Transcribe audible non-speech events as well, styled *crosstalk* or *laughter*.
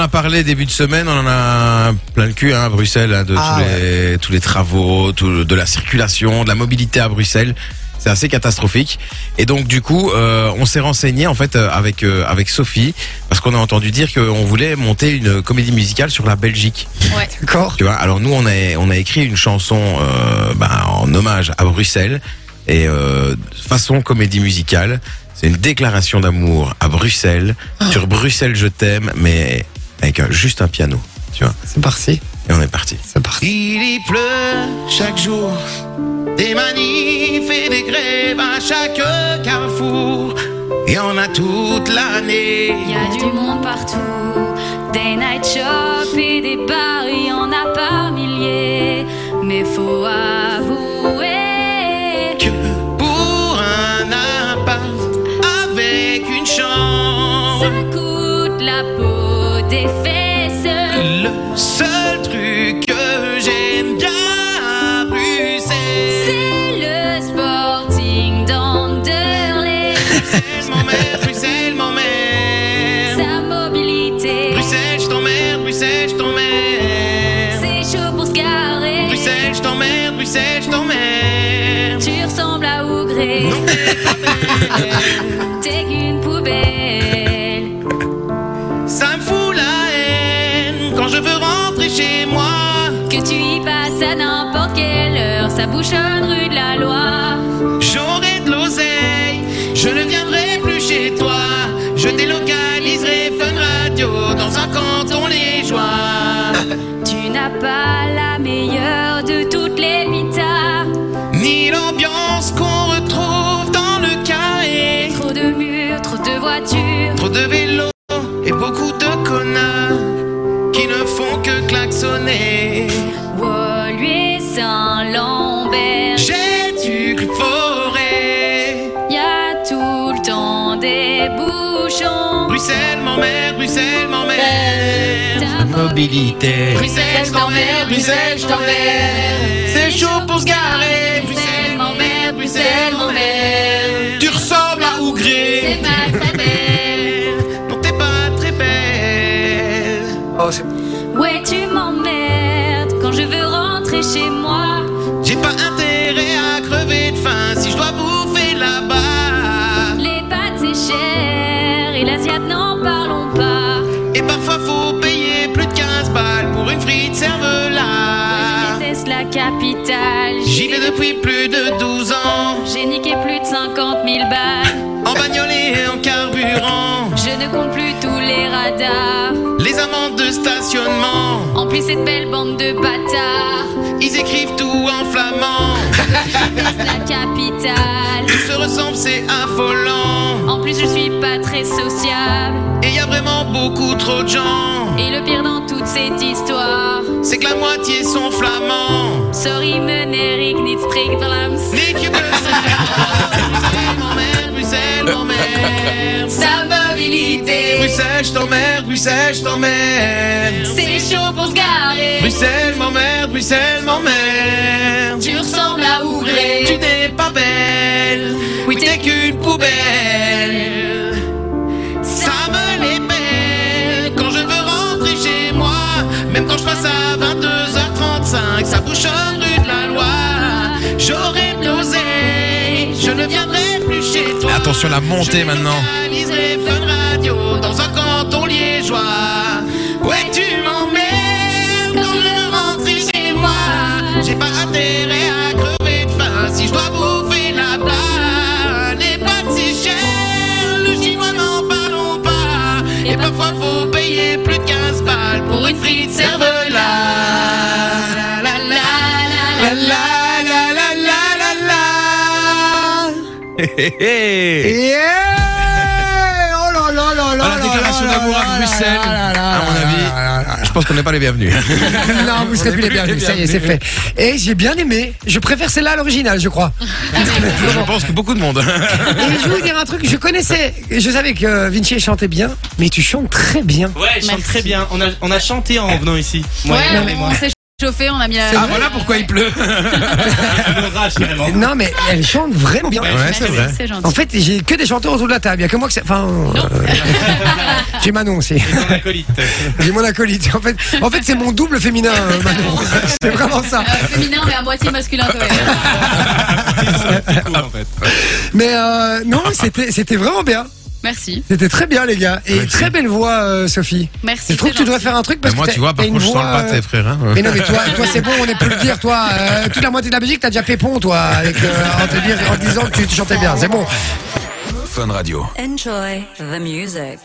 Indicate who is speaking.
Speaker 1: a parlé début de semaine, on en a plein le cul hein, à Bruxelles, hein, de
Speaker 2: Ah,
Speaker 1: tous, les, tous les travaux, tout le- de la circulation, de la mobilité à Bruxelles. C'est assez catastrophique. Et donc du coup, euh, on s'est renseigné en fait euh, avec euh, avec Sophie parce qu'on a entendu dire qu'on voulait monter une comédie musicale sur la Belgique.
Speaker 3: Ouais.
Speaker 2: D'accord.
Speaker 1: Tu vois, alors nous on a on a écrit une chanson euh, bah, en hommage à Bruxelles et euh, façon comédie musicale. C'est une déclaration d'amour à Bruxelles sur Bruxelles je t'aime, mais avec un- juste un piano. Tu vois,
Speaker 2: C'est parti.
Speaker 1: et on est parti.
Speaker 2: C'est parti.
Speaker 1: Il y pleut chaque jour, des manifs et des grèves à chaque carrefour. Et on a toute l'année.
Speaker 3: Il y a du monde partout, des night shops et des bars, il y en a par milliers. Mais faut avouer,
Speaker 1: que pour un appart avec une
Speaker 3: ça
Speaker 1: chambre.
Speaker 3: coûte la peau des fesses.
Speaker 1: Le seul truc que j'aime bien à Bruxelles,
Speaker 3: C'est le sporting d'Anderley.
Speaker 1: *laughs* Bruxelles m'emmerde, Bruxelles m'emmerde.
Speaker 3: Sa mobilité,
Speaker 1: Bruxelles, je t'emmerde, Bruxelles, je t'emmerde.
Speaker 3: c'est chaud pour se garer.
Speaker 1: Bruxelles, je t'emmerde, Bruxelles, je t'emmerde.
Speaker 3: Tu ressembles à Ougré. *laughs* T'es qu'une poubelle.
Speaker 1: Ça me fout la haine quand je veux rentrer chez moi.
Speaker 3: Que tu y passes à n'importe quelle heure, ça bouchonne rue de la loi.
Speaker 1: J'aurai de l'oseille, je ne viendrai plus chez toi. Je délocaliserai Fun Radio dans un canton joies
Speaker 3: Tu n'as pas la meilleure de toutes les vitas.
Speaker 1: Ni l'ambiance qu'on retrouve dans le carré.
Speaker 3: Trop de murs, trop de voitures.
Speaker 1: Trop de vélos et beaucoup de connards qui ne font que klaxonner.
Speaker 3: Woluwe Saint-Lambert.
Speaker 1: J'ai du forêt.
Speaker 3: Y a tout le temps des bouchons.
Speaker 1: Bruxelles m'emmerde, Bruxelles m'emmerde.
Speaker 3: Ta
Speaker 1: mobilité. Bruxelles, je t'emmerde, Bruxelles, je t'emmerde. C'est chaud pour se garer. Bruxelles m'emmerde, Bruxelles m'emmerde. Tu ressembles à
Speaker 3: T'es
Speaker 1: Ougré.
Speaker 3: pas très belle.
Speaker 1: Non, t'es pas très belle.
Speaker 2: Oh, c'est
Speaker 3: Ouais, tu m'emmerdes quand je veux rentrer chez moi.
Speaker 1: J'ai pas intérêt à crever de faim si je dois bouffer là-bas.
Speaker 3: Les pâtes c'est cher et l'Asiat n'en parlons pas.
Speaker 1: Et parfois faut payer plus de 15 balles pour une frite
Speaker 3: Je
Speaker 1: cervelas.
Speaker 3: déteste la capitale.
Speaker 1: J'y vais depuis plus de 12 ans.
Speaker 3: J'ai niqué plus de 50 000 balles.
Speaker 1: En bagnole et en carburant.
Speaker 3: Je ne compte plus tous les radars.
Speaker 1: Les amendes de stationnement,
Speaker 3: En plus, cette belle bande de bâtards.
Speaker 1: ils écrivent tout en flamand.
Speaker 3: C'est la capitale.
Speaker 1: Tout se ressemble, c'est affolant.
Speaker 3: En plus, je suis pas très sociable.
Speaker 1: Et y a vraiment beaucoup trop de gens.
Speaker 3: Et le pire dans toute cette histoire,
Speaker 1: C'est que la moitié sont flamands.
Speaker 3: sorry, men Eric Nitzprigblams.
Speaker 1: Nick Bruxelles, Bruxelles m'emmerde, Bruxelles m'emmerde.
Speaker 3: Sa mobilité,
Speaker 1: Bruxelles, je t'emmerde, Bruxelles, je t'emmerde.
Speaker 3: c'est chaud pour se garer.
Speaker 1: Bruxelles m'emmerde, Bruxelles m'emmerde.
Speaker 3: Tu ressembles à Ougré.
Speaker 1: Tu n'es pas belle, oui t'es qu'une poubelle. Ça me les pèle quand je veux rentrer chez moi. Même quand je passe à 22h35, ça bouchonne rue de la loi. J'aurais de l'oseille, je ne viendrai plus chez toi.
Speaker 4: Attention, la montée
Speaker 1: Je
Speaker 4: maintenant.
Speaker 1: délocaliserai Fun Radio dans un canton liégeois. Ouais, tu m'emmènes quand je veux rentrer chez moi. J'ai pas intérêt à crever de faim si je dois bouffer là-bas. Les pâtes si chères, le chinois n'en parlons pas. Et parfois faut payer plus de 15 balles pour une frite cervelas. La, la, la, la, la, la, la, la, la, la.
Speaker 2: Yeah Oh là là là là
Speaker 4: Ah, la
Speaker 2: là
Speaker 4: déclaration
Speaker 2: là
Speaker 4: d'amour à
Speaker 2: là là
Speaker 4: Bruxelles,
Speaker 2: là là là
Speaker 4: à mon
Speaker 2: là
Speaker 4: avis.
Speaker 2: là là là.
Speaker 1: Ah, Je pense qu'on n'est pas les bienvenus.
Speaker 2: Non, vous serez plus les bienvenus, ça y est, c'est fait. Et j'ai bien aimé. Je préfère celle-là à l'original,
Speaker 4: *laughs*
Speaker 2: je crois.
Speaker 1: Je pense que beaucoup de monde.
Speaker 4: Ah,
Speaker 2: Et je vais vous dire un truc, je connaissais, je savais que Vinci chantait bien, mais tu chantes très bien.
Speaker 5: Ouais, je chante
Speaker 6: Merci.
Speaker 5: très bien. On a, on a chanté en venant ici. Moi,
Speaker 6: Ouais,
Speaker 5: Léon et moi.
Speaker 6: on s'est
Speaker 3: chauffé, on a mis la.
Speaker 4: Ah, voilà pourquoi il pleut.
Speaker 5: L'orage, carrément.
Speaker 2: Non, mais elle chante vraiment bien.
Speaker 4: Ouais, c'est
Speaker 3: Merci,
Speaker 4: vrai.
Speaker 3: C'est gentil.
Speaker 2: En fait, j'ai que des chanteurs autour de la table. Il y a que moi que ça. Enfin. euh, *laughs* J'ai Manon aussi.
Speaker 5: Ton
Speaker 6: *laughs*
Speaker 5: acolyte.
Speaker 2: J'ai mon acolyte. En fait, en fait c'est mon double féminin, euh,
Speaker 4: *laughs*
Speaker 2: Manon. C'est vraiment ça.
Speaker 3: Euh, féminin, mais à moitié masculin quand même.
Speaker 5: C'est cool, en fait.
Speaker 2: Mais euh, non, c'était c'était vraiment bien.
Speaker 3: Merci.
Speaker 2: C'était très bien, les gars. Et
Speaker 4: Merci.
Speaker 2: très belle voix, euh, Sophie.
Speaker 3: Merci.
Speaker 2: Je trouve que tu
Speaker 3: c'est
Speaker 2: devrais
Speaker 3: gentil.
Speaker 2: faire un truc
Speaker 4: Mais
Speaker 2: parce
Speaker 4: moi,
Speaker 2: que t'as-
Speaker 4: tu vois, par
Speaker 2: t'as une
Speaker 4: contre, je
Speaker 2: voix,
Speaker 4: parle pas
Speaker 2: euh,
Speaker 4: tes frères. hein.
Speaker 2: Mais non, mais toi, toi c'est bon, on est plus le dire, toi. Euh, toute la moitié de la Belgique, t'as déjà Pépon, toi, avec, euh, en, te dire- en te disant que tu, tu chantais bien. C'est bon.
Speaker 6: Enjoy the music.